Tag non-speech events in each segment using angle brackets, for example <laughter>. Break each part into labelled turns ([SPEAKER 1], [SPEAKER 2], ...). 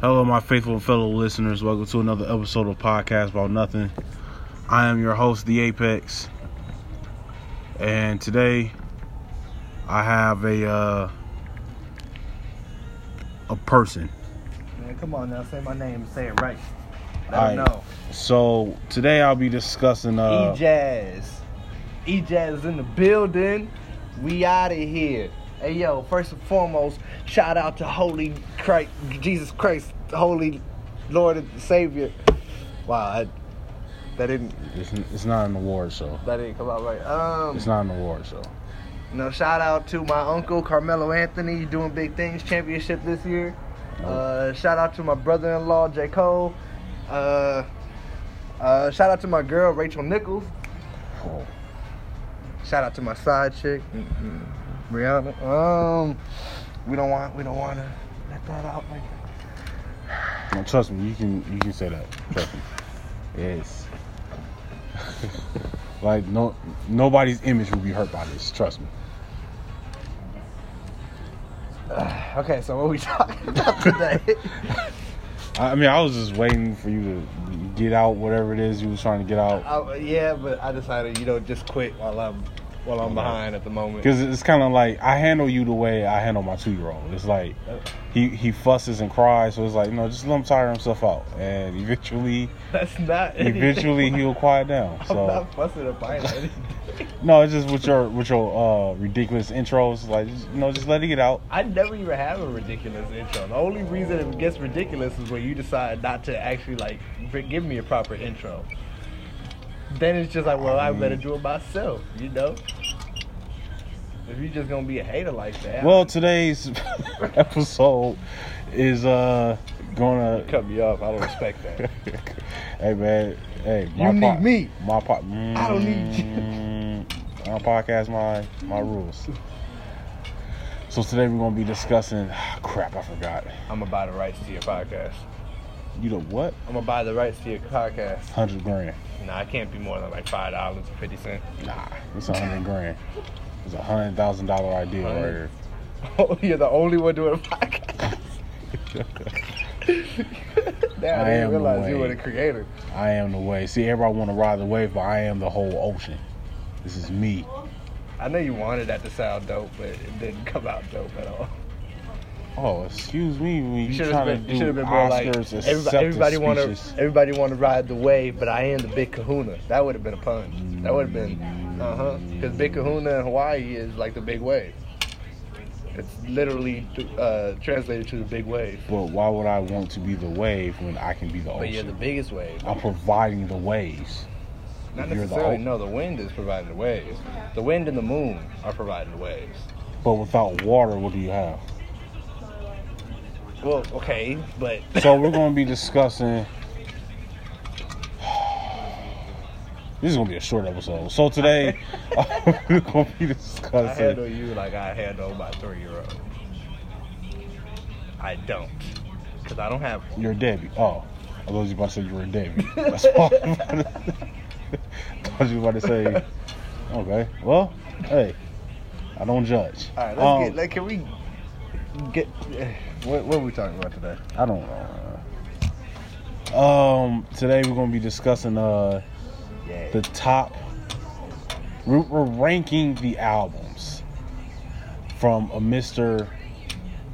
[SPEAKER 1] Hello, my faithful fellow listeners. Welcome to another episode of Podcast About Nothing. I am your host, The Apex. And today I have a uh, a person.
[SPEAKER 2] Man, come on now, say my name, say it right. I
[SPEAKER 1] Alright.
[SPEAKER 2] know.
[SPEAKER 1] So today I'll be discussing uh
[SPEAKER 2] E Jazz. E Jazz is in the building. We out of here. Hey yo, first and foremost, shout out to Holy Christ, Jesus Christ, Holy Lord and Savior. Wow, I, that didn't
[SPEAKER 1] it's, it's not an award show.
[SPEAKER 2] that didn't come out right. Um,
[SPEAKER 1] It's not an award show.
[SPEAKER 2] you know, shout out to my uncle Carmelo Anthony, you doing big things, championship this year. Uh, shout out to my brother-in-law J Cole. Uh, uh, shout out to my girl Rachel Nichols.
[SPEAKER 1] Oh.
[SPEAKER 2] Shout out to my side chick, mm-mm, Rihanna. Um, we don't want we don't want to let that out. Like
[SPEAKER 1] No, trust me, you can you can say that. Trust me. Yes. <laughs> like no nobody's image will be hurt by this, trust me.
[SPEAKER 2] that. Okay, so what we <laughs> talking about today?
[SPEAKER 1] I I mean, I was just waiting for you to get out whatever it is you was trying to get out.
[SPEAKER 2] I, Uh, yeah, but I decided you know just quit while I'm while I'm behind at the moment.
[SPEAKER 1] Because it's kind of like I handle you the way I handle my two year old. It's like he he fusses and cries, so it's like no, just let him tire himself out, and eventually,
[SPEAKER 2] <laughs> That's not. anything.
[SPEAKER 1] eventually he'll quiet down.
[SPEAKER 2] I'm
[SPEAKER 1] So
[SPEAKER 2] not fussing about it.
[SPEAKER 1] no, it's just with your with your uh, ridiculous intros, like just, you know, just let it get out.
[SPEAKER 2] I never even have a ridiculous intro. The only reason it gets ridiculous is when you decide not to actually like br- give me a proper intro. Then it's just like, well, I better do it myself, you know. If you're just gonna be a hater like that,
[SPEAKER 1] Well, today's <laughs> episode is uh gonna
[SPEAKER 2] cut me off. I don't respect
[SPEAKER 1] <laughs>
[SPEAKER 2] that.
[SPEAKER 1] hey man, hey.
[SPEAKER 2] You need me.
[SPEAKER 1] My po-
[SPEAKER 2] I don't need you.
[SPEAKER 1] My podcast, my my rules. So today we're gonna be discussing. ah, crap, I forgot.
[SPEAKER 2] I'm gonna buy the rights to your podcast.
[SPEAKER 1] You know what?
[SPEAKER 2] I'm gonna buy the rights to your podcast.
[SPEAKER 1] Hundred grand.
[SPEAKER 2] Nah, I can't be more than like five dollars and fifty cents. <laughs>
[SPEAKER 1] Nah, it's a hundred grand. It's a hundred thousand dollar idea right here.
[SPEAKER 2] Oh, you're the only one doing
[SPEAKER 1] <laughs>
[SPEAKER 2] a podcast. <laughs> Damn, I,
[SPEAKER 1] I
[SPEAKER 2] didn't
[SPEAKER 1] am the
[SPEAKER 2] realize you
[SPEAKER 1] way.
[SPEAKER 2] were the creator.
[SPEAKER 1] I am the wave. See, everybody want to ride the wave, but I am the whole ocean. This is me.
[SPEAKER 2] I know you wanted that to sound dope, but it didn't come out dope at all.
[SPEAKER 1] Oh, excuse me. When you,
[SPEAKER 2] You should have
[SPEAKER 1] trying
[SPEAKER 2] been,
[SPEAKER 1] to do
[SPEAKER 2] you should've been more like
[SPEAKER 1] Oscars
[SPEAKER 2] everybody, everybody want to
[SPEAKER 1] to.
[SPEAKER 2] everybody want to ride the wave, but I am the big Kahuna. That would have been a pun. That would have been uh huh. Because big Kahuna in Hawaii is like the big wave. It's literally uh, translated to the big wave.
[SPEAKER 1] But why would I want to be the wave when I can be the
[SPEAKER 2] But you're the
[SPEAKER 1] ocean?
[SPEAKER 2] biggest wave.
[SPEAKER 1] I'm providing the waves.
[SPEAKER 2] Not
[SPEAKER 1] You're the
[SPEAKER 2] necessarily.
[SPEAKER 1] ol-
[SPEAKER 2] no, the wind is providing the waves. The wind and the moon are providing the waves.
[SPEAKER 1] But without water, what do you have?
[SPEAKER 2] Well, okay, but
[SPEAKER 1] So we're going to be discussing. <sighs> This is going to be a short episode. So
[SPEAKER 2] <laughs>
[SPEAKER 1] today, <laughs> we're going to be
[SPEAKER 2] I handle
[SPEAKER 1] discussing.
[SPEAKER 2] you like I handle my three-year-old. I don't, cause I don't have.
[SPEAKER 1] You're Debbie. Oh, I thought you were about to say you were
[SPEAKER 2] <laughs>
[SPEAKER 1] Debbie. That's all I'm about to <laughs> I thought you were about to say. Okay. Well, hey, I don't judge.
[SPEAKER 2] All right, let's
[SPEAKER 1] Um,
[SPEAKER 2] get. Like, can we get? <sighs> What, what are we talking about today?
[SPEAKER 1] I don't know. Um, today we're gonna be discussing uh
[SPEAKER 2] Yeah.
[SPEAKER 1] the top. We're, we're ranking the albums from a Mr.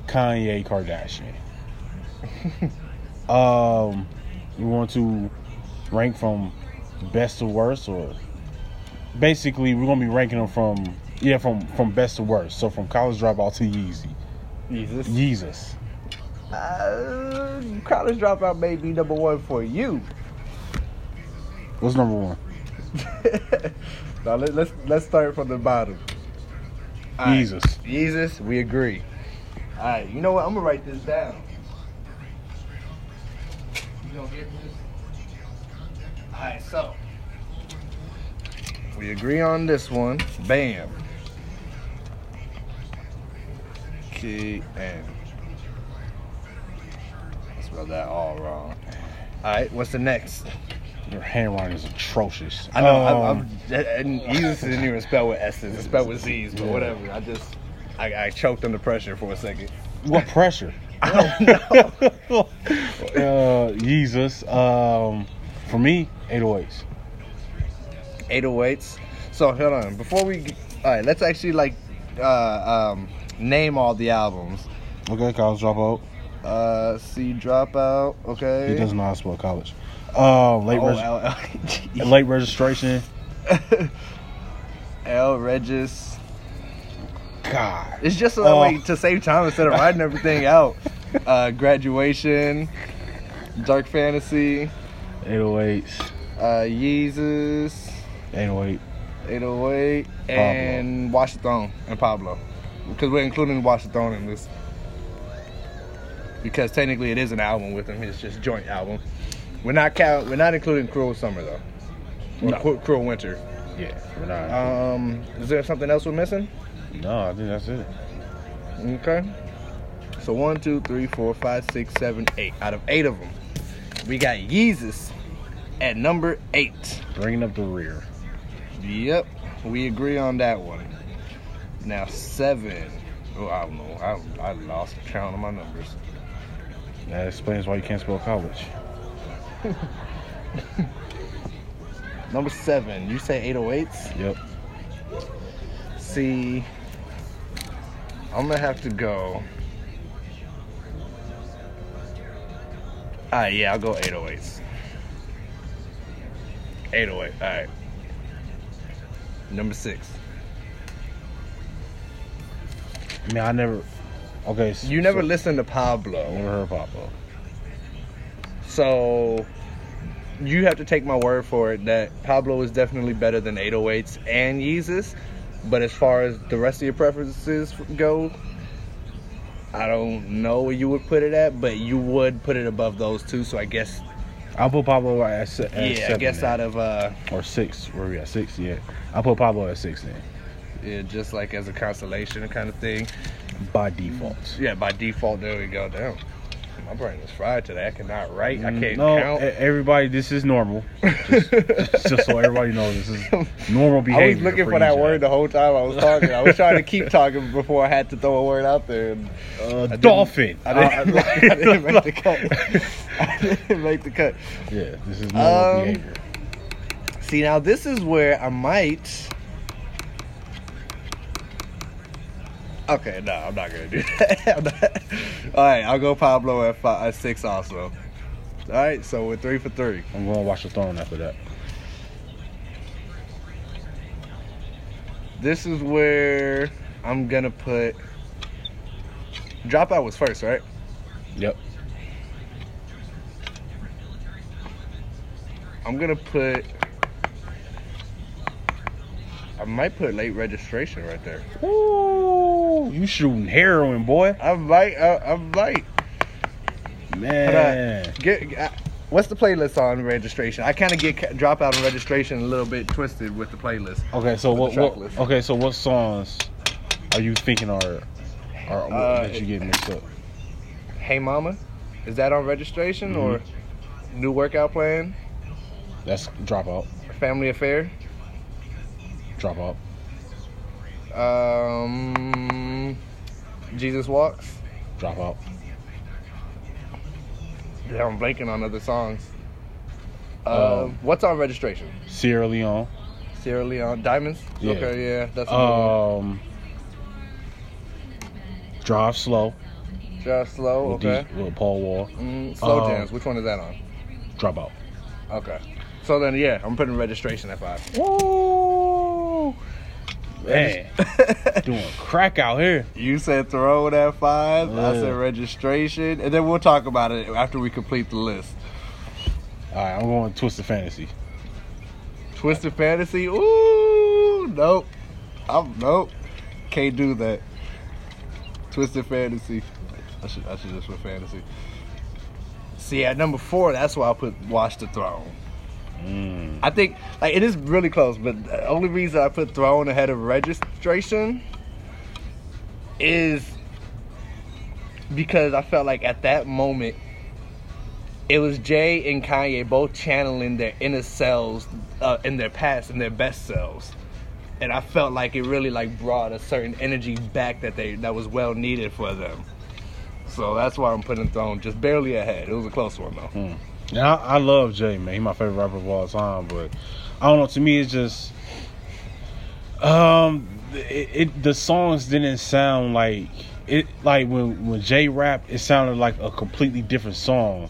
[SPEAKER 1] Kanye Kardashian.
[SPEAKER 2] <laughs>
[SPEAKER 1] um, we want to rank from best to worst, or basically we're gonna be ranking them from yeah from from best to worst. So from College Dropout to Yeezy,
[SPEAKER 2] Jesus.
[SPEAKER 1] Yeezus.
[SPEAKER 2] Uh, college dropout may be number one for you.
[SPEAKER 1] What's number one?
[SPEAKER 2] now let, let's let's start from the bottom. All right.
[SPEAKER 1] Yeezus.
[SPEAKER 2] Jesus, we agree. All right, you know what? I'm gonna write this down. You gonna get this? All right, so we agree on this one. Bam. K N. I spelled that all wrong. All right, what's the next?
[SPEAKER 1] Your handwriting is atrocious.
[SPEAKER 2] I know
[SPEAKER 1] Um, <laughs>
[SPEAKER 2] I'm, I'm, and Jesus didn't even spell with S's, it's spelled with Z's, but
[SPEAKER 1] Yeah.
[SPEAKER 2] whatever. I just I, I choked under pressure for a second.
[SPEAKER 1] What pressure? uh, Jesus. Um, for me, 808s.
[SPEAKER 2] <laughs> 808s. So hold on. Before we, g all right, let's actually like uh, um, name all the albums.
[SPEAKER 1] Okay, college dropout.
[SPEAKER 2] Uh, see, dropout. Okay.
[SPEAKER 1] He doesn't know how to spell college. Uh, late,
[SPEAKER 2] Oh,
[SPEAKER 1] reg-
[SPEAKER 2] L- L- G.
[SPEAKER 1] late registration.
[SPEAKER 2] <laughs> L Regis.
[SPEAKER 1] God.
[SPEAKER 2] It's just so that
[SPEAKER 1] Oh.
[SPEAKER 2] way to save time instead of writing everything out. Uh, graduation, Dark Fantasy,
[SPEAKER 1] 808s.
[SPEAKER 2] uh, Yeezus,
[SPEAKER 1] 808.
[SPEAKER 2] 808, and Wash the Throne and Pablo. Because we're including Wash the Throne in this. Because technically it is an album with him. It's just joint album. We're not count, we're not including Cruel Summer though. Or
[SPEAKER 1] No.
[SPEAKER 2] Cru- Cruel Winter.
[SPEAKER 1] Yeah, we're not.
[SPEAKER 2] Um, is there something else we're missing?
[SPEAKER 1] Uh, no, I think that's it.
[SPEAKER 2] Okay. So one, two, three, four, five, six, seven, eight. Out of eight of them, we got Yeezus at number eight.
[SPEAKER 1] Bringing up the rear.
[SPEAKER 2] Yep, we agree on that one. Now seven. Oh, I don't know. I, I lost count of my numbers.
[SPEAKER 1] That explains why you can't spell college.
[SPEAKER 2] Number seven. You say 808s?
[SPEAKER 1] Yep.
[SPEAKER 2] See, I'm gonna have to go. Ah, yeah, I'll go 808s. 808. All right. Number six.
[SPEAKER 1] I mean, I never. Okay. s-
[SPEAKER 2] You never
[SPEAKER 1] so-
[SPEAKER 2] listened to
[SPEAKER 1] I
[SPEAKER 2] Pablo,
[SPEAKER 1] never heard Pablo.
[SPEAKER 2] so you have to take my word for it that Pablo is definitely better than 808s and Yeezus. But as far as the rest of your preferences go, I don't know where you would put it at, but you would put it above those two. So I guess,
[SPEAKER 1] I'll put Pablo at, se- at seven.
[SPEAKER 2] yeah, I guess
[SPEAKER 1] then.
[SPEAKER 2] out of uh,
[SPEAKER 1] Or six. Where we at? Six, yeah. I'll put Pablo at six then.
[SPEAKER 2] yeah, just like as a constellation kind of thing.
[SPEAKER 1] By default.
[SPEAKER 2] Yeah, by default, there we go. Damn, my brain is fried today. I cannot write. I can't
[SPEAKER 1] no,
[SPEAKER 2] count.
[SPEAKER 1] e- everybody, this is
[SPEAKER 2] <laughs>
[SPEAKER 1] normal. Just, just so everybody knows, this is normal behavior.
[SPEAKER 2] I was looking for that word the whole time I was talking. I was trying to keep talking before I had to throw a word out there. And
[SPEAKER 1] uh,
[SPEAKER 2] didn't-
[SPEAKER 1] dolphin. Uh, <laughs>
[SPEAKER 2] I didn't, <laughs> I didn't make the cut. I didn't make the cut.
[SPEAKER 1] yeah, this is normal
[SPEAKER 2] Um,
[SPEAKER 1] behavior.
[SPEAKER 2] See, now this is where I might. Okay, no, I'm not gonna do <laughs> that. I'm not- All right, I'll go Pablo at, five, at six also. All right, so we're three for three.
[SPEAKER 1] I'm going to watch the throne after that.
[SPEAKER 2] This is where I'm gonna put. Dropout was first, right?
[SPEAKER 1] Yep.
[SPEAKER 2] I'm gonna put. I might put late registration right there.
[SPEAKER 1] Ooh, you shooting heroin, boy.
[SPEAKER 2] I might. I, I might. uh,
[SPEAKER 1] Man.
[SPEAKER 2] Get. I, what's the playlist on registration? I kind of get ca- dropout and registration a little bit twisted with the playlist.
[SPEAKER 1] Okay, so
[SPEAKER 2] With
[SPEAKER 1] what,
[SPEAKER 2] the track
[SPEAKER 1] what
[SPEAKER 2] list.
[SPEAKER 1] okay, so what songs are you thinking are, are
[SPEAKER 2] Uh,
[SPEAKER 1] that you get mixed up?
[SPEAKER 2] Hey Mama, is that on registration
[SPEAKER 1] Mhm.
[SPEAKER 2] or new workout plan?
[SPEAKER 1] That's dropout.
[SPEAKER 2] Family affair.
[SPEAKER 1] Dropout.
[SPEAKER 2] Um, Jesus walks.
[SPEAKER 1] Dropout.
[SPEAKER 2] Yeah, I'm blanking on other songs. Uh,
[SPEAKER 1] Um,
[SPEAKER 2] what's on registration?
[SPEAKER 1] Sierra Leone.
[SPEAKER 2] Sierra Leone Diamonds.
[SPEAKER 1] Yeah.
[SPEAKER 2] Okay, yeah, Uh, that's. a good one.
[SPEAKER 1] Um, drive slow.
[SPEAKER 2] Drive slow,
[SPEAKER 1] With,
[SPEAKER 2] okay.
[SPEAKER 1] these- with Paul Wall.
[SPEAKER 2] Mm, slow
[SPEAKER 1] Um,
[SPEAKER 2] jams. Which one is that on?
[SPEAKER 1] Dropout.
[SPEAKER 2] Okay. So then, yeah, I'm putting registration at five.
[SPEAKER 1] Woo! Man, doing crack out here.
[SPEAKER 2] you said throw it at five. I
[SPEAKER 1] Yeah.
[SPEAKER 2] said registration, and then we'll talk about it after we complete the list.
[SPEAKER 1] All right, I'm going Twisted Fantasy.
[SPEAKER 2] Twisted Fantasy. Ooh, nope. I'm nope. Can't do that. Twisted Fantasy. I should I should just put fantasy. See, at number four, that's why I put Watch the Throne.
[SPEAKER 1] Mm.
[SPEAKER 2] I think like it is really close, but the only reason I put Throne ahead of registration is because I felt like at that moment it was Jay and Kanye both channeling their inner selves uh, in their past and their best selves. And I felt like it really like brought a certain energy back that they that was well needed for them. So that's why I'm putting Throne just barely ahead. It was a close one though.
[SPEAKER 1] Yeah, I, I love Jay, man. He's my favorite rapper of all time. But I don't know. To me, it's just um, it, it the songs didn't sound like it. Like when when Jay rapped, it sounded like a completely different song.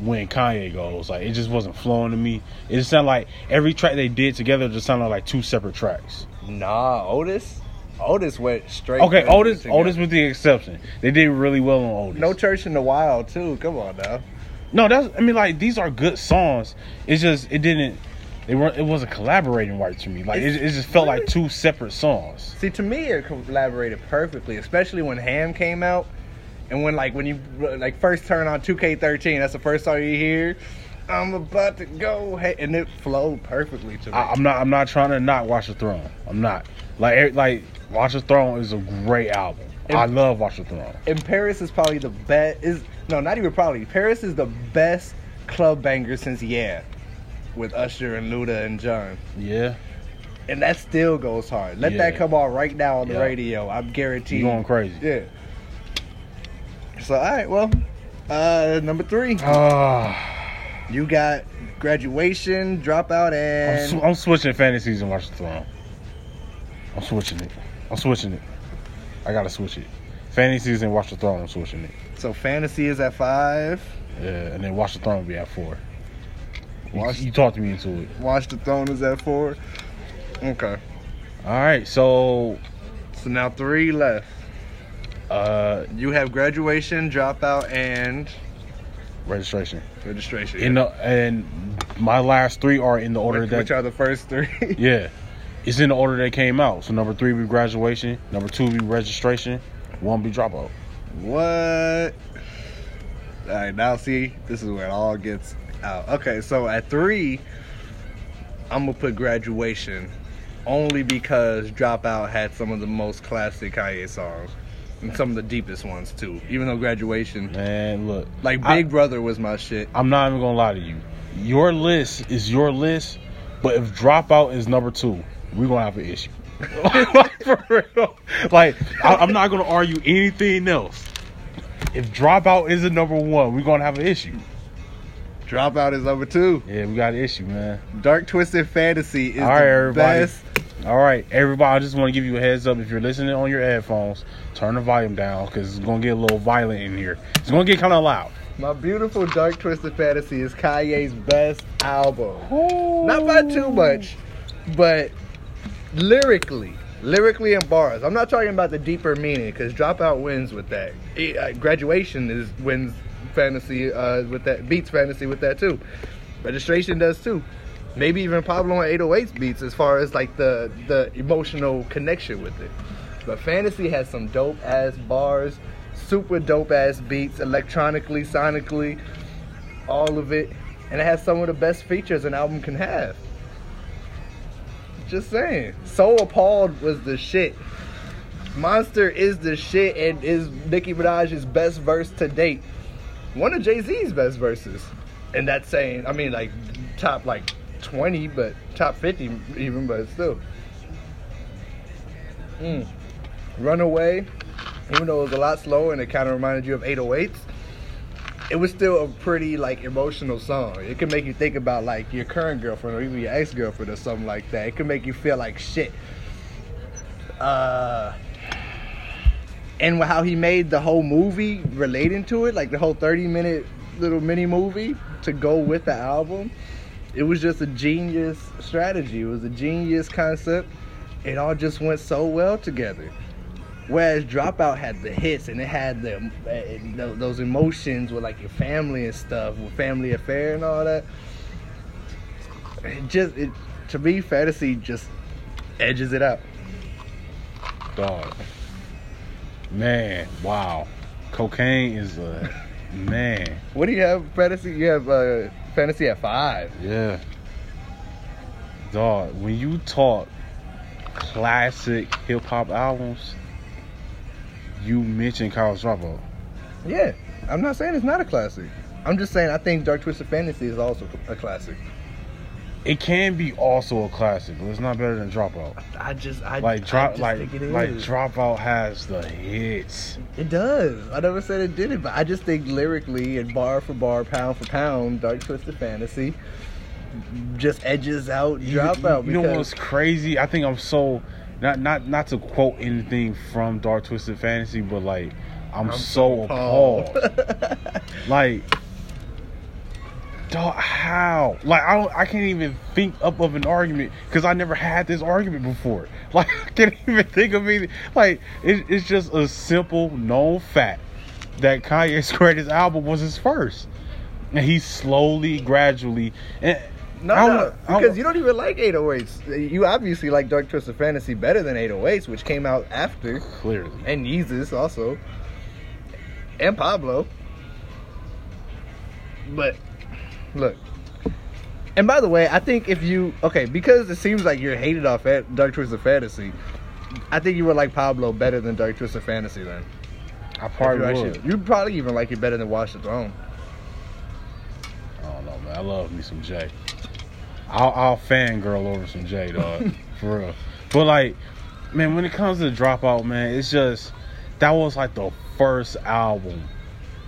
[SPEAKER 1] When Kanye goes, like it just wasn't flowing to me. It just sounded like every track they did together just sounded like two separate tracks.
[SPEAKER 2] Nah, Otis. Otis went straight.
[SPEAKER 1] Hmm. Okay,
[SPEAKER 2] to-
[SPEAKER 1] Otis,
[SPEAKER 2] to-
[SPEAKER 1] Otis with the exception, they did really well on Otis.
[SPEAKER 2] No church in the wild too. Come on now.
[SPEAKER 1] No, that's I mean like these are good songs. It's just it didn't they weren't it wasn't collaborating right to me. Like it, it just felt like two separate songs.
[SPEAKER 2] See, to me, it collaborated perfectly, especially when Ham came out, and when like when you like first turn on 2K13, that's the first song you hear. I'm about to go, hey, and it flowed perfectly to me.
[SPEAKER 1] I, I'm not I'm not trying to not Watch the Throne. I'm not. Like eh, like Watch the Throne is a great album. I love Watch the Throne.
[SPEAKER 2] and Paris is probably the best. Is no, not even probably. Paris is the best club banger since yeah, with Usher and Luda and John.
[SPEAKER 1] Yeah.
[SPEAKER 2] and that still goes hard. Let that
[SPEAKER 1] Yeah.
[SPEAKER 2] come on right now on the
[SPEAKER 1] Yeah.
[SPEAKER 2] radio. I'm guaranteed.
[SPEAKER 1] You going crazy.
[SPEAKER 2] Yeah. So all right, well, uh, number three,
[SPEAKER 1] Ah,
[SPEAKER 2] you got graduation, dropout,
[SPEAKER 1] I'm, sw-
[SPEAKER 2] and
[SPEAKER 1] I'm switching fantasies and Watch the Throne. I'm switching it. I'm switching it. I gotta switch it. Fantasies and Watch the Throne. I'm switching it.
[SPEAKER 2] so fantasy is at five.
[SPEAKER 1] Yeah, and then Watch the Throne will be at four. You-
[SPEAKER 2] Watch-
[SPEAKER 1] you talked me into it.
[SPEAKER 2] Watch the Throne is at four. Okay,
[SPEAKER 1] All right, so
[SPEAKER 2] so now three left.
[SPEAKER 1] uh
[SPEAKER 2] You have graduation, dropout, and
[SPEAKER 1] registration.
[SPEAKER 2] registration.
[SPEAKER 1] In the, and my last three are in the order
[SPEAKER 2] which,
[SPEAKER 1] that
[SPEAKER 2] which are the first three? <laughs>
[SPEAKER 1] yeah, it's in the order they came out. So number three be graduation, number two be registration, one be dropout.
[SPEAKER 2] What? All right, now see, this is where it all gets out. Okay, so at three, I'm gonna put graduation, only because Dropout had some of the most classic Kanye songs, and some of the deepest ones too. Even though graduation,
[SPEAKER 1] Man, look,
[SPEAKER 2] like
[SPEAKER 1] I-
[SPEAKER 2] Big Brother was my shit.
[SPEAKER 1] I'm not even gonna lie to you. Your list is your list, but if dropout is number two, we're gonna have an issue. <laughs> like, for real. Like, I, I'm not gonna argue anything else. If dropout isn't number one, we're gonna have an issue.
[SPEAKER 2] Dropout is number two.
[SPEAKER 1] Yeah, we got an issue, man.
[SPEAKER 2] Dark Twisted Fantasy is
[SPEAKER 1] All right,
[SPEAKER 2] the
[SPEAKER 1] everybody.
[SPEAKER 2] best.
[SPEAKER 1] All right, everybody, I just want to give you a heads up. If you're listening on your headphones, turn the volume down because it's going to get a little violent in here. It's going to get kind of loud.
[SPEAKER 2] My beautiful Dark Twisted Fantasy is Kanye's best album. not by too much, but lyrically, lyrically and bars. I'm not talking about the deeper meaning because Dropout wins with that. Eh, uh, graduation is wins fantasy uh, with that beats fantasy with that too. Registration does too. Maybe even Pablo and 808's beats as far as like the the emotional connection with it. But fantasy has some dope ass bars, super dope ass beats, electronically, sonically all of it, and it has some of the best features an album can have. Just saying. So appalled was the shit. Monster is the shit and is Nicki Minaj's best verse to date. One of Jay Z's best verses. And that's saying, I mean, like top like 20, but top 50 even, but still. Mm. Runaway, even though it was a lot slower and it kind of reminded you of 808s, it was still a pretty like emotional song. It could make you think about like your current girlfriend or even your ex girlfriend or something like that. It could make you feel like shit. Uh, and how he made the whole movie relating to it, like the whole thirty minute little mini movie to go with the album. It was just a genius strategy. It was a genius concept. It all just went so well together. Whereas Dropout had the hits and it had the uh, tho- those emotions with like your family and stuff, with family affair and all that. It just it to me, fantasy just edges it out.
[SPEAKER 1] Dog. Man, wow. Cocaine is a. Man.
[SPEAKER 2] What do you have fantasy? You have uh, fantasy at five.
[SPEAKER 1] Yeah. Dog, when you talk classic hip hop albums, you mention Kyle's Dropout.
[SPEAKER 2] Yeah, I'm not saying it's not a classic. I'm just saying I think Dark Twisted Fantasy is also a classic.
[SPEAKER 1] It can be also a classic, but it's not better than Dropout.
[SPEAKER 2] I just, I
[SPEAKER 1] Like
[SPEAKER 2] I
[SPEAKER 1] drop,
[SPEAKER 2] just
[SPEAKER 1] like
[SPEAKER 2] think it is.
[SPEAKER 1] like Dropout has the hits.
[SPEAKER 2] It does. I never said it didn't, but I just think lyrically and bar for bar, pound for pound, Dark Twisted Fantasy just edges out
[SPEAKER 1] You-
[SPEAKER 2] Dropout
[SPEAKER 1] You, you know
[SPEAKER 2] because
[SPEAKER 1] what's crazy? I think I'm so not not not to quote anything from Dark Twisted Fantasy, but like I'm, so appalled. <laughs> like, dog, how? Like I don't, I can't even think up of an argument because I never had this argument before. <laughs> Like I can't even think of anything. Like it, it's just a simple known fact that <laughs> Kanye's greatest album was his first, and he slowly, gradually, and.
[SPEAKER 2] no,
[SPEAKER 1] I
[SPEAKER 2] no,
[SPEAKER 1] don't- I don't-
[SPEAKER 2] because you don't even like 808s. You obviously like Dark Twisted Fantasy better than 808s, which came out after,
[SPEAKER 1] clearly.
[SPEAKER 2] and Yeezus also, and Pablo. But look, and by the way, I think if you okay, because it seems like you're hated off at Dark Twisted Fantasy, I think you would like Pablo better than Dark Twisted Fantasy. Then
[SPEAKER 1] I
[SPEAKER 2] If you
[SPEAKER 1] probably would.
[SPEAKER 2] actually- you'd probably even like it better than Watch the Throne.
[SPEAKER 1] I don't know, man. I love me some Jay. I'll, I'll fangirl over some Jay,
[SPEAKER 2] <laughs>
[SPEAKER 1] dog. for real. But, like, man, when it comes to Dropout, man, it's just that was like the first album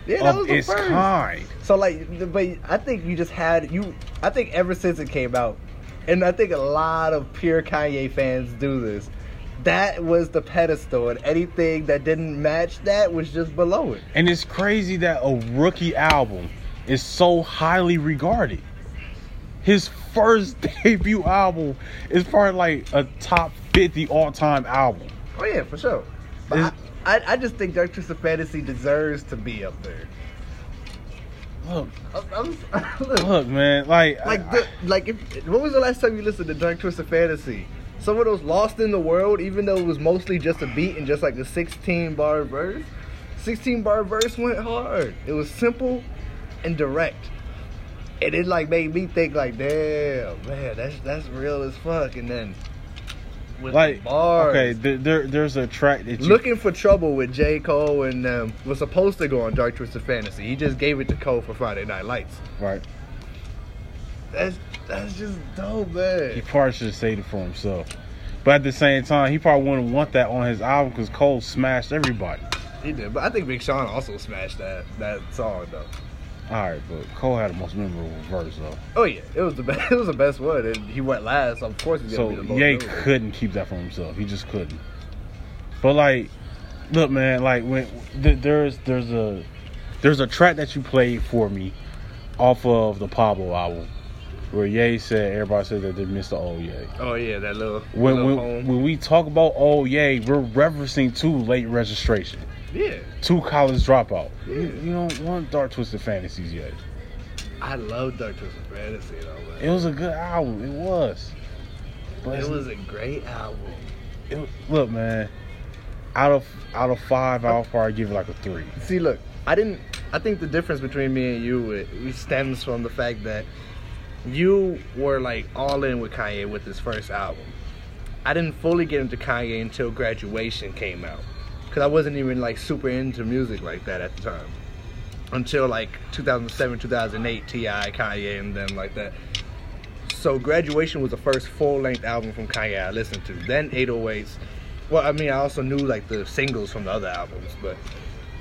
[SPEAKER 2] Yeah, that
[SPEAKER 1] of
[SPEAKER 2] was the
[SPEAKER 1] Um, its
[SPEAKER 2] first.
[SPEAKER 1] kind.
[SPEAKER 2] So like, but I think you just had you. I think ever since it came out, and I think a lot of pure Kanye fans do this. That was the pedestal, and anything that didn't match that was just below it.
[SPEAKER 1] And it's crazy that a rookie album is so highly regarded. His first <laughs> debut album is probably like a top 50 all time album.
[SPEAKER 2] Oh yeah, for sure. But
[SPEAKER 1] Is-
[SPEAKER 2] I, I, I just think Dark Twisted Fantasy deserves to be up there.
[SPEAKER 1] Look,
[SPEAKER 2] I'm, <laughs> I'm, look,
[SPEAKER 1] look, man. Like, I-
[SPEAKER 2] like the, like if when was the last time you listened to Dark Twisted Fantasy? Some of those Lost in the World, even though it was mostly just a beat and just like the 16 bar verse, 16 bar verse went hard. It was simple and direct. And it like made me think like, damn, man, that's that's real as fuck. And then with
[SPEAKER 1] like
[SPEAKER 2] the bars,
[SPEAKER 1] okay there, there there's a track that you
[SPEAKER 2] looking for trouble with J Cole and um, was supposed to go on Dark Twisted Fantasy. He just gave it to Cole for Friday Night Lights.
[SPEAKER 1] right
[SPEAKER 2] That's that's just dope, man.
[SPEAKER 1] he probably should have saved it for himself but at the same time he probably wouldn't want that on his album because cole smashed everybody
[SPEAKER 2] He did, but I think Big Sean also smashed that that song though.
[SPEAKER 1] all right but cole had the most memorable verse though
[SPEAKER 2] Oh yeah, it was the <laughs> best. It was the best one, and he went last. So of course, he's
[SPEAKER 1] so
[SPEAKER 2] gonna be the most.
[SPEAKER 1] Ye
[SPEAKER 2] known.
[SPEAKER 1] couldn't keep that for himself he just couldn't but like look man like when th- there's there's a there's a track that you played for me off of the pablo album where Ye said everybody said that they missed the old Ye.
[SPEAKER 2] Oh yeah, that little
[SPEAKER 1] when,
[SPEAKER 2] little
[SPEAKER 1] when,
[SPEAKER 2] home.
[SPEAKER 1] when we talk about oh yay, we're referencing to late registration,
[SPEAKER 2] yeah,
[SPEAKER 1] to college dropout. You,
[SPEAKER 2] Yeah.
[SPEAKER 1] you don't want dark twisted fantasies yet.
[SPEAKER 2] I love Dark Twisted Fantasy though. Man.
[SPEAKER 1] It was a good album. It was. But
[SPEAKER 2] It
[SPEAKER 1] it's-
[SPEAKER 2] was a great album.
[SPEAKER 1] it- look, man. Out of out of five, I'll probably give it like a three.
[SPEAKER 2] See, look, I didn't. I think the difference between me and you it, it stems from the fact that you were like all in with Kanye with his first album. I didn't fully get into Kanye until Graduation came out, because I wasn't even like super into music like that at the time. Until like 2007, 2008, Ti, Kanye, and them like that. So Graduation was the first full-length album from Kanye I listened to. Then 808s. Well, I mean, I also knew like the singles from the other albums, but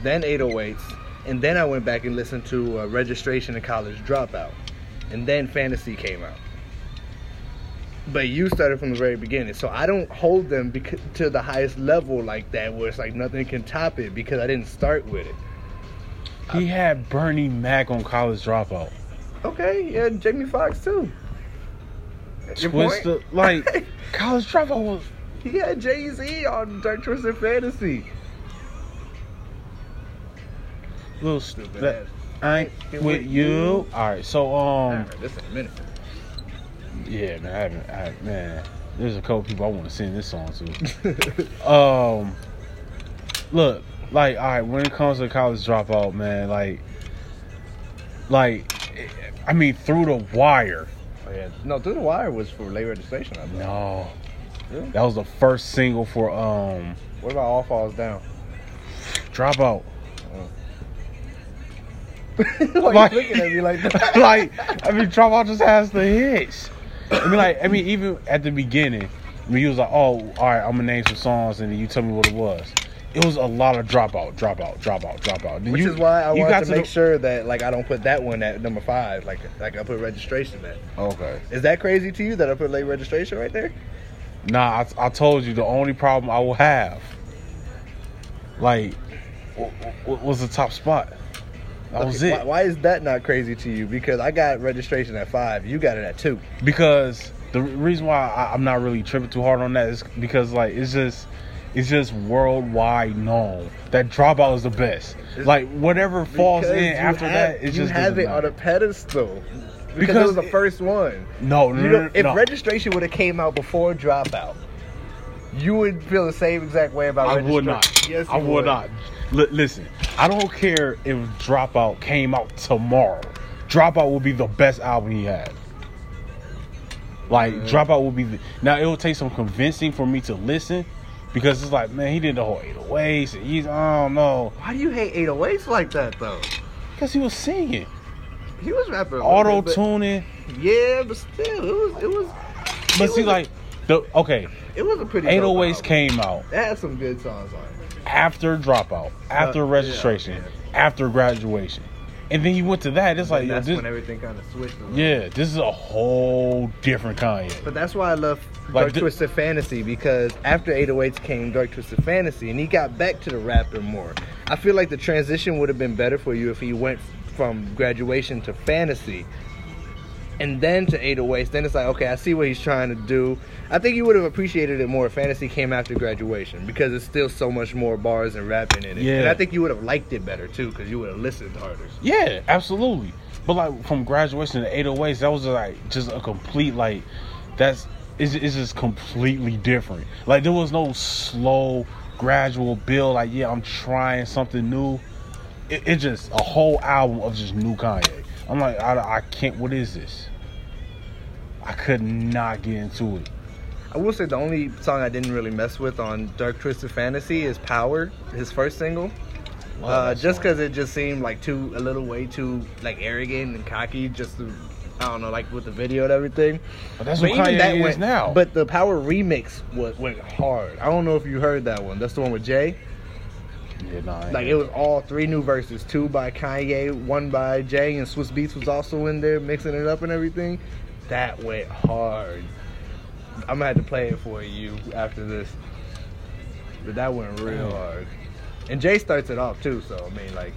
[SPEAKER 2] then 808s, and then I went back and listened to uh, Registration and College Dropout, and then Fantasy came out. But you started from the very beginning, so I don't hold them bec- to the highest level like that, where it's like nothing can top it because I didn't start with it.
[SPEAKER 1] He had Bernie Mac on college dropout.
[SPEAKER 2] Okay, yeah, Jamie Foxx too. Your point?
[SPEAKER 1] Twisted like
[SPEAKER 2] <laughs>
[SPEAKER 1] college dropout was
[SPEAKER 2] He had Jay Z on Dark Twisted Fantasy.
[SPEAKER 1] a little
[SPEAKER 2] Stupid
[SPEAKER 1] stupid. That, I ain't with you. All right, so
[SPEAKER 2] All
[SPEAKER 1] um.
[SPEAKER 2] right, this in a minute.
[SPEAKER 1] Yeah, man, I haven't. I, man, there's a couple people I want to send this song <laughs> to. um, look, like, all right, when it comes to college dropout, man, like, like, I mean, through the wire.
[SPEAKER 2] Oh, yeah. No, Through the Wire was for late registration. I believe.
[SPEAKER 1] No, that was the first single for um
[SPEAKER 2] What about All Falls
[SPEAKER 1] <laughs>
[SPEAKER 2] Down?
[SPEAKER 1] dropout. <laughs>
[SPEAKER 2] like, looking at me like
[SPEAKER 1] <laughs>
[SPEAKER 2] that.
[SPEAKER 1] like, I mean, dropout just has the hits. I mean, like, I mean, even at the beginning, when you was like, "Oh, all right, I'm gonna name some songs," and then you tell me what it was. It was a lot of dropout, dropout, dropout, dropout. Then
[SPEAKER 2] Which
[SPEAKER 1] you-
[SPEAKER 2] is why I
[SPEAKER 1] you
[SPEAKER 2] wanted
[SPEAKER 1] got
[SPEAKER 2] to, make
[SPEAKER 1] the-
[SPEAKER 2] sure that like I don't put that one at number five. Like like I put registration at.
[SPEAKER 1] Okay.
[SPEAKER 2] Is that crazy to you that I put late registration right there?
[SPEAKER 1] Nah, I, I told you the only problem I will have, like, w- w- was the top spot. That was
[SPEAKER 2] Okay,
[SPEAKER 1] it.
[SPEAKER 2] Why, why is that not crazy to you? Because I got registration at five. You got it at two.
[SPEAKER 1] because the re- reason why I, I'm not really tripping too hard on that is because like it's just it's just worldwide known that dropout is the best. Like whatever falls
[SPEAKER 2] Because
[SPEAKER 1] in
[SPEAKER 2] you
[SPEAKER 1] after
[SPEAKER 2] have-
[SPEAKER 1] that, it
[SPEAKER 2] you
[SPEAKER 1] just
[SPEAKER 2] have
[SPEAKER 1] doesn't
[SPEAKER 2] it on
[SPEAKER 1] matter.
[SPEAKER 2] a pedestal because, it
[SPEAKER 1] Because
[SPEAKER 2] was the
[SPEAKER 1] it-
[SPEAKER 2] first one.
[SPEAKER 1] no, no,
[SPEAKER 2] You
[SPEAKER 1] no,
[SPEAKER 2] know, if
[SPEAKER 1] no.
[SPEAKER 2] registration would have came out before dropout, you would feel the same exact way about
[SPEAKER 1] I
[SPEAKER 2] registration.
[SPEAKER 1] would not.
[SPEAKER 2] Yes,
[SPEAKER 1] I
[SPEAKER 2] you
[SPEAKER 1] would not. Li- listen, I don't care if Dropout came out tomorrow. Dropout will be the best album he had. Like Dropout will be the, now. It will take some convincing for me to listen because it's like, man, he did the whole 808s and he's I don't know
[SPEAKER 2] Why do you hate 808s like that though?
[SPEAKER 1] because he was singing,
[SPEAKER 2] He was rapping a little
[SPEAKER 1] auto
[SPEAKER 2] bit,
[SPEAKER 1] tuning.
[SPEAKER 2] but- Yeah, but still, it was it was it
[SPEAKER 1] But
[SPEAKER 2] was
[SPEAKER 1] see,
[SPEAKER 2] a-
[SPEAKER 1] like the okay
[SPEAKER 2] it was a pretty dope
[SPEAKER 1] 808s
[SPEAKER 2] album.
[SPEAKER 1] came out
[SPEAKER 2] It had some good songs on it.
[SPEAKER 1] after Dropout, after
[SPEAKER 2] yeah,
[SPEAKER 1] registration, after graduation, and then you went to that. It's like
[SPEAKER 2] And
[SPEAKER 1] yo,
[SPEAKER 2] that's
[SPEAKER 1] this,
[SPEAKER 2] when everything kind of switched. a little.
[SPEAKER 1] Yeah, this is a whole different Kanye.
[SPEAKER 2] But that's why I love
[SPEAKER 1] Like
[SPEAKER 2] Dark
[SPEAKER 1] thi-
[SPEAKER 2] Twisted Fantasy because after 808s came Dark Twisted Fantasy and he got back to the rapping more. I feel like the transition would have been better for you if he went from graduation to fantasy and then to 808s. Then it's like, okay, I see what he's trying to do. I think you would have appreciated it more if fantasy came after graduation because it's still so much more bars and rapping in it.
[SPEAKER 1] Yeah.
[SPEAKER 2] And I think you would have liked it better too because you would have listened harder.
[SPEAKER 1] Yeah, absolutely. But like from graduation to 808s, that was like just a complete like that's it's, it's just completely different. Like there was no slow gradual build. Like yeah, I'm trying something new. It, it just a whole album of just new Kanye. I'm like I, I can't. What is this? I could not get into it.
[SPEAKER 2] I will say the only song I didn't really mess with on Dark Twisted Fantasy is Power, his first single.
[SPEAKER 1] Love that
[SPEAKER 2] Uh, just
[SPEAKER 1] song.
[SPEAKER 2] because it just seemed like too a little way too like arrogant and cocky. Just to, I don't know, like with the video and everything.
[SPEAKER 1] But that's what Kanye is
[SPEAKER 2] went
[SPEAKER 1] now.
[SPEAKER 2] But the Power remix was, went hard. I don't know if you heard that one. That's the one with Jay.
[SPEAKER 1] yeah, nah, I ain't
[SPEAKER 2] Like it was all three new verses, two by Kanye, one by Jay, and Swiss Beats was also in there mixing it up and everything. That went hard. I'm gonna have to play it for you after this, but that went
[SPEAKER 1] Mm.
[SPEAKER 2] real hard. And Jay starts it off too, so I mean, like,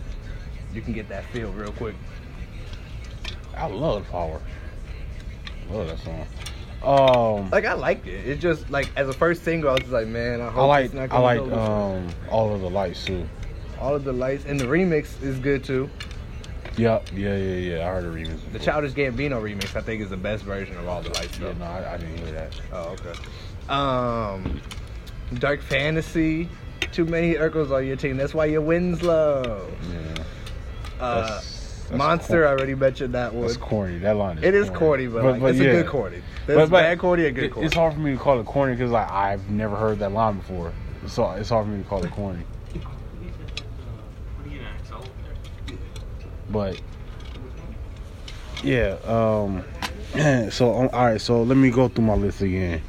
[SPEAKER 2] you can get that feel real quick.
[SPEAKER 1] I love Power. Love that song. Um,
[SPEAKER 2] Like I liked it. It just like as a first single, I was just like, man, I hope
[SPEAKER 1] I
[SPEAKER 2] it's
[SPEAKER 1] like
[SPEAKER 2] not
[SPEAKER 1] I
[SPEAKER 2] gonna
[SPEAKER 1] like uh,
[SPEAKER 2] go this way.
[SPEAKER 1] um all of the lights too.
[SPEAKER 2] all of the lights and the remix is good too.
[SPEAKER 1] Yep. Yeah. Yeah. Yeah. I heard the remix.
[SPEAKER 2] The
[SPEAKER 1] before.
[SPEAKER 2] Childish Gambino remix, I think, is the best version of all the lights.
[SPEAKER 1] Yeah.
[SPEAKER 2] Though.
[SPEAKER 1] No, I, I didn't hear that.
[SPEAKER 2] Oh, okay. Um, Dark Fantasy. Too many Urkels on your team. That's why you're Winslow.
[SPEAKER 1] Yeah.
[SPEAKER 2] Uh,
[SPEAKER 1] That's- that's
[SPEAKER 2] Monster. I
[SPEAKER 1] cor-
[SPEAKER 2] already mentioned that one.
[SPEAKER 1] That's corny. That line is.
[SPEAKER 2] It is corny, but, like, it's a good corny. There's
[SPEAKER 1] But- but
[SPEAKER 2] bad corny and good
[SPEAKER 1] it-
[SPEAKER 2] corny.
[SPEAKER 1] It's hard for me to call it corny because like I've never heard that line before, so it's hard for me to call it corny. But yeah, um, <clears throat> so um, all right, so let me go through my list again.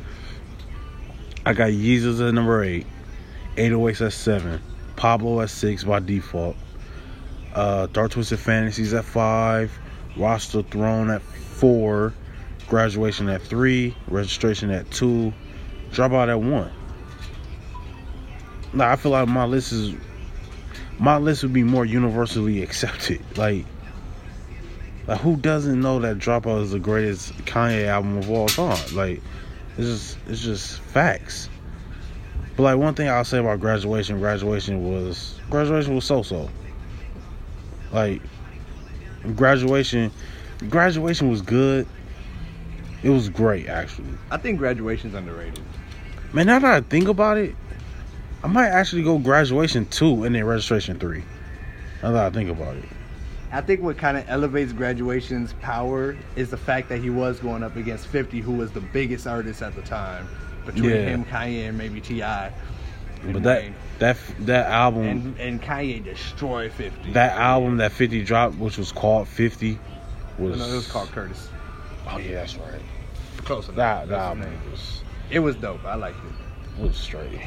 [SPEAKER 1] I got Yeezus at number eight, 808s at seven, Pablo at six by default, uh, Dark Twisted Fantasies at five, Watch the Throne at four, Graduation at three, Registration at two, Dropout at one. Nah, I feel like my list is my list would be more universally <laughs> accepted. Like, like who doesn't know that Dropout is the greatest Kanye album of all time? Like, it's just it's just facts. But like one thing I'll say about graduation, graduation was graduation was so so. Like graduation graduation was good. It was great actually.
[SPEAKER 2] I think graduation's underrated.
[SPEAKER 1] Man, now that I think about it, I might actually go graduation two and then registration three. Now that I think about it.
[SPEAKER 2] I think what kind of elevates graduation's power is the fact that he was going up against 50, who was the biggest artist at the time between
[SPEAKER 1] Yeah.
[SPEAKER 2] him, Kanye, and maybe Ti.
[SPEAKER 1] But that that that album
[SPEAKER 2] and, and Kanye destroyed 50.
[SPEAKER 1] Mm-hmm. that album that 50 dropped, which was called 50,
[SPEAKER 2] no,
[SPEAKER 1] was
[SPEAKER 2] it was called Curtis.
[SPEAKER 1] Oh yeah, that's right.
[SPEAKER 2] Close enough.
[SPEAKER 1] Nah, nah,
[SPEAKER 2] That's
[SPEAKER 1] man.
[SPEAKER 2] amazing.
[SPEAKER 1] It was,
[SPEAKER 2] It was dope. I liked it.
[SPEAKER 1] it was straight.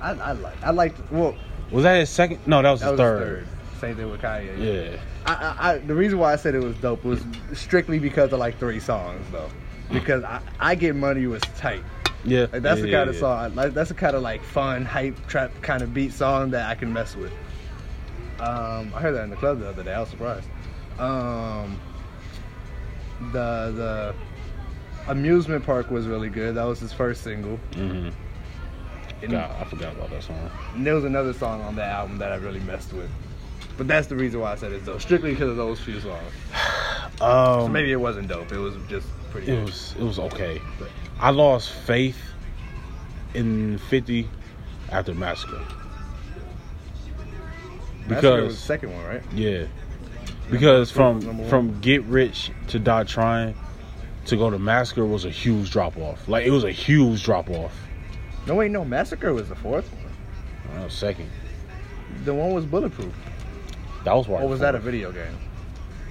[SPEAKER 2] I, I liked. I liked. Well,
[SPEAKER 1] Was that his second? No, that was his
[SPEAKER 2] that was
[SPEAKER 1] third.
[SPEAKER 2] third. Same thing with Kanye.
[SPEAKER 1] Yeah.
[SPEAKER 2] I, I, I, the reason why I said it was dope was strictly because of like three songs though.
[SPEAKER 1] Mm.
[SPEAKER 2] Because I, I get money was tight.
[SPEAKER 1] Yeah.
[SPEAKER 2] Like that's the
[SPEAKER 1] Yeah,
[SPEAKER 2] kind of
[SPEAKER 1] yeah.
[SPEAKER 2] song. I Like that's the kind of like fun hype trap kind of beat song that I can mess with. Um, I heard that in the club the other day. I was surprised. Um, the the amusement park was really good. That was his first single.
[SPEAKER 1] Mhm.
[SPEAKER 2] And
[SPEAKER 1] God, I forgot about that song.
[SPEAKER 2] there was another song on that album that I really messed with. But that's the reason why I said it's dope, strictly because of those few songs.
[SPEAKER 1] Um,
[SPEAKER 2] So maybe it wasn't dope. It was just pretty.
[SPEAKER 1] it
[SPEAKER 2] good.
[SPEAKER 1] was it was okay. I lost faith in Fifty after Massacre.
[SPEAKER 2] That's
[SPEAKER 1] because-
[SPEAKER 2] it was the second one, right?
[SPEAKER 1] Yeah, because from
[SPEAKER 2] number one.
[SPEAKER 1] from Get Rich to Die Trying to go to Massacre was a huge drop off. Like it was a huge drop off.
[SPEAKER 2] No wait, no, Massacre was the fourth one.
[SPEAKER 1] Uh, Second,
[SPEAKER 2] The one was Bulletproof.
[SPEAKER 1] that was why.
[SPEAKER 2] Or was that a video game?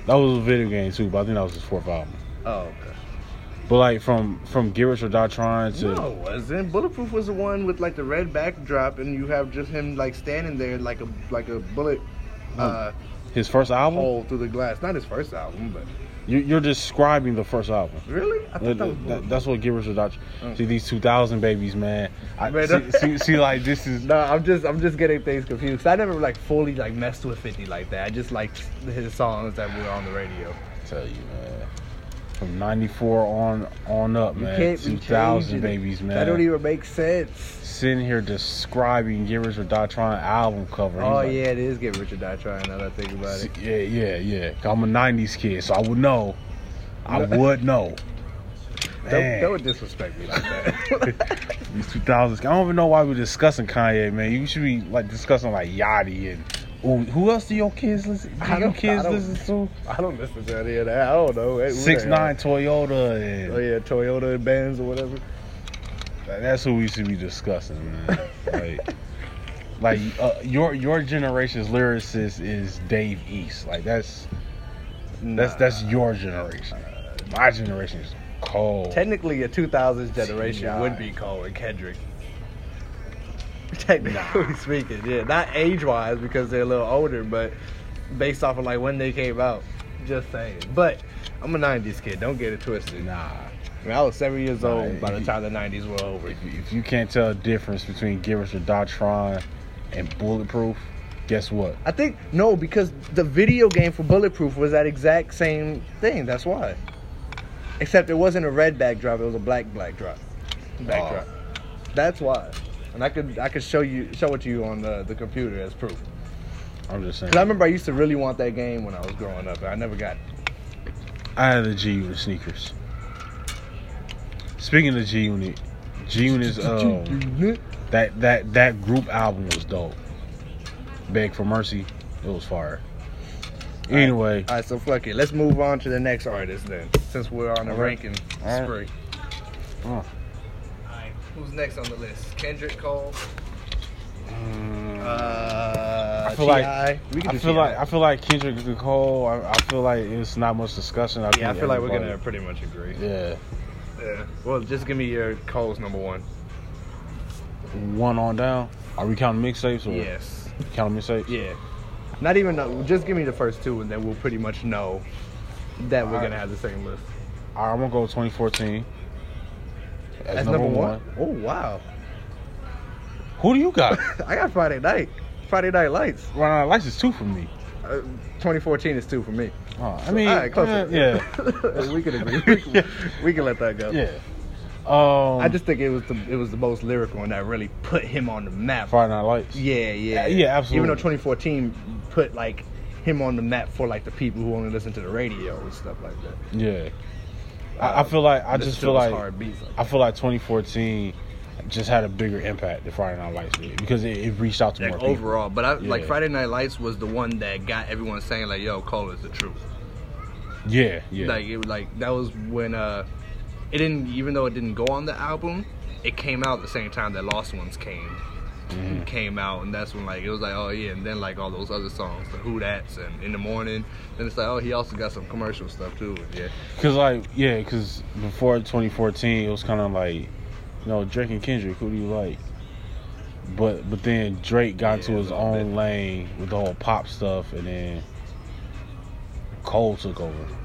[SPEAKER 1] that was a video game too? But I think that was his fourth album.
[SPEAKER 2] Oh, okay.
[SPEAKER 1] But like from from Get Rich or Die Trying to
[SPEAKER 2] No, it wasn't. Bulletproof was the one with like the red backdrop, and you have just him like standing there like a like a bullet
[SPEAKER 1] Oh.
[SPEAKER 2] uh,
[SPEAKER 1] his first album,
[SPEAKER 2] hole through the glass. Not his first album, but
[SPEAKER 1] you, you're describing the first album.
[SPEAKER 2] really, I
[SPEAKER 1] That-
[SPEAKER 2] thought that was
[SPEAKER 1] that-
[SPEAKER 2] Bulletproof.
[SPEAKER 1] that's what Get Rich or Die. Tr-
[SPEAKER 2] Mm.
[SPEAKER 1] See these 2000 babies, man. I,
[SPEAKER 2] Man,
[SPEAKER 1] see,
[SPEAKER 2] that-
[SPEAKER 1] see, see, like this is
[SPEAKER 2] <laughs> No, I'm just I'm just getting things confused. I never like fully like messed with Fifty like that. I just liked his songs that were on the radio.
[SPEAKER 1] tell you, man. From '94 on on up,
[SPEAKER 2] You
[SPEAKER 1] man.
[SPEAKER 2] can't be
[SPEAKER 1] 2000
[SPEAKER 2] changing it.
[SPEAKER 1] babies, man.
[SPEAKER 2] That don't even make sense.
[SPEAKER 1] Sitting here describing Get Rich or Die Trying album cover.
[SPEAKER 2] Oh
[SPEAKER 1] He's like,
[SPEAKER 2] yeah, it is Get Rich or Die Trying. Now that I think about it,
[SPEAKER 1] "S- yeah, yeah, yeah. 'Cause I'm a '90s kid, so I would know.
[SPEAKER 2] <laughs>
[SPEAKER 1] I would know.
[SPEAKER 2] don't,
[SPEAKER 1] Man,
[SPEAKER 2] don't disrespect me like that. <laughs>
[SPEAKER 1] these 2000s. I don't even know why we're discussing Kanye, man. You should be like discussing like Yachty and. Ooh, who else do your kids listen? Do
[SPEAKER 2] I
[SPEAKER 1] your
[SPEAKER 2] don't-
[SPEAKER 1] kids
[SPEAKER 2] I don't-
[SPEAKER 1] listen to?
[SPEAKER 2] I don't listen to any of that. I don't know. Hey, who
[SPEAKER 1] Six
[SPEAKER 2] the hell?
[SPEAKER 1] nine Toyota and
[SPEAKER 2] Oh yeah, Toyota and Benz or whatever.
[SPEAKER 1] Like, That's what we should be discussing, man. like, <laughs> like uh, your your generation's lyricist is Dave East. Like that's that's that's your generation. My generation is cold.
[SPEAKER 2] Technically, a 2000s generation
[SPEAKER 1] Nah.
[SPEAKER 2] would be Cole and Kendrick. Technically <laughs> speaking, yeah, not age-wise because they're a little older, but based off of like when they came out. Just saying. But I'm a 90s kid. Don't get it twisted.
[SPEAKER 1] nah.
[SPEAKER 2] I, mean, I was seven years
[SPEAKER 1] Nah,
[SPEAKER 2] old by the
[SPEAKER 1] you-
[SPEAKER 2] time the 90s were over.
[SPEAKER 1] If you, if you can't tell the difference between Givers or Dotron and Bulletproof, guess what?
[SPEAKER 2] I think no, because the video game for Bulletproof was that exact same thing. That's why. Except it wasn't a red backdrop; it was a black backdrop. Backdrop.
[SPEAKER 1] Oh.
[SPEAKER 2] That's why. And I could I could show you show it to you on the, the computer as proof.
[SPEAKER 1] I'm just saying.
[SPEAKER 2] Cause I remember I used to really want that game when I was growing up, and I never got. It.
[SPEAKER 1] I had a G Unit sneakers. Speaking of G Unit, G Unit's
[SPEAKER 2] <laughs>
[SPEAKER 1] um, that that that group album was dope. Beg for Mercy, it was fire. Anyway,
[SPEAKER 2] All right, so fuck it. Let's move on to the next artist then, since we're on a
[SPEAKER 1] Alright.
[SPEAKER 2] ranking
[SPEAKER 1] Alright.
[SPEAKER 2] spree.
[SPEAKER 1] Oh.
[SPEAKER 2] Alright, Who's next on the list? Kendrick Cole.
[SPEAKER 1] mm,
[SPEAKER 2] Uh,
[SPEAKER 1] I feel
[SPEAKER 2] T.I.
[SPEAKER 1] like I
[SPEAKER 2] Um, We can do
[SPEAKER 1] feel
[SPEAKER 2] T.I.
[SPEAKER 1] like I feel like Kendrick Nicole. I, I feel like it's not much discussion. I
[SPEAKER 2] Yeah, I
[SPEAKER 1] think
[SPEAKER 2] feel like we're gonna
[SPEAKER 1] everybody-
[SPEAKER 2] pretty much agree.
[SPEAKER 1] yeah
[SPEAKER 2] Yeah. Well, just give me your Cole's number one.
[SPEAKER 1] one on down. Are we counting mixtapes or
[SPEAKER 2] Yes.
[SPEAKER 1] counting mixtapes?
[SPEAKER 2] Yeah. Not even. Uh, just give me the first two, and then we'll pretty much know that we're
[SPEAKER 1] Alright.
[SPEAKER 2] gonna have the same list.
[SPEAKER 1] All right, I'm gonna go 2014 as number, one.
[SPEAKER 2] Oh wow! <laughs>
[SPEAKER 1] Who do you got? <laughs>
[SPEAKER 2] I got Friday Night. Friday Night Lights.
[SPEAKER 1] Run Out of Lights is two for me.
[SPEAKER 2] Uh, 2014 is two for me.
[SPEAKER 1] Oh, I mean,
[SPEAKER 2] All right, close
[SPEAKER 1] eh,
[SPEAKER 2] it.
[SPEAKER 1] yeah,
[SPEAKER 2] <laughs> we can agree.
[SPEAKER 1] <laughs>
[SPEAKER 2] We can, we can let that go.
[SPEAKER 1] yeah. Um,
[SPEAKER 2] I just think it was the it was the most lyrical and that really put him on the map.
[SPEAKER 1] Um, Friday Night Lights. Yeah,
[SPEAKER 2] Yeah, yeah,
[SPEAKER 1] Uh, yeah,
[SPEAKER 2] Even
[SPEAKER 1] absolutely.
[SPEAKER 2] though 2014 put like him on the map for like the people who only listen to the radio and stuff like that.
[SPEAKER 1] Yeah. I, I feel like I
[SPEAKER 2] This
[SPEAKER 1] just
[SPEAKER 2] still
[SPEAKER 1] feel
[SPEAKER 2] was
[SPEAKER 1] like
[SPEAKER 2] hard beats like
[SPEAKER 1] I feel like 2014 just had a bigger impact than Friday Night Lights did because it, it reached out to
[SPEAKER 2] that.
[SPEAKER 1] more
[SPEAKER 2] like
[SPEAKER 1] people.
[SPEAKER 2] overall, but I, like
[SPEAKER 1] Yeah.
[SPEAKER 2] Friday Night Lights was the one that got everyone saying like, "Yo, Cole is the truth."
[SPEAKER 1] Yeah, yeah,
[SPEAKER 2] Like it was like that was when uh, it didn't even though it didn't go on the album, it came out at the same time that Lost Ones came
[SPEAKER 1] Mhm.
[SPEAKER 2] came out, and that's when like it was like oh yeah, and then like all those other songs, the Who That's and In the Morning, and it's like oh he also got some commercial stuff too. and Yeah,
[SPEAKER 1] Cause like yeah, cause before 2014 it was kind of like, you know, Drake and Kendrick, who do you like? But but then Drake got into
[SPEAKER 2] Yeah,
[SPEAKER 1] his
[SPEAKER 2] a little
[SPEAKER 1] own lane with the whole pop stuff, and then Cole took over.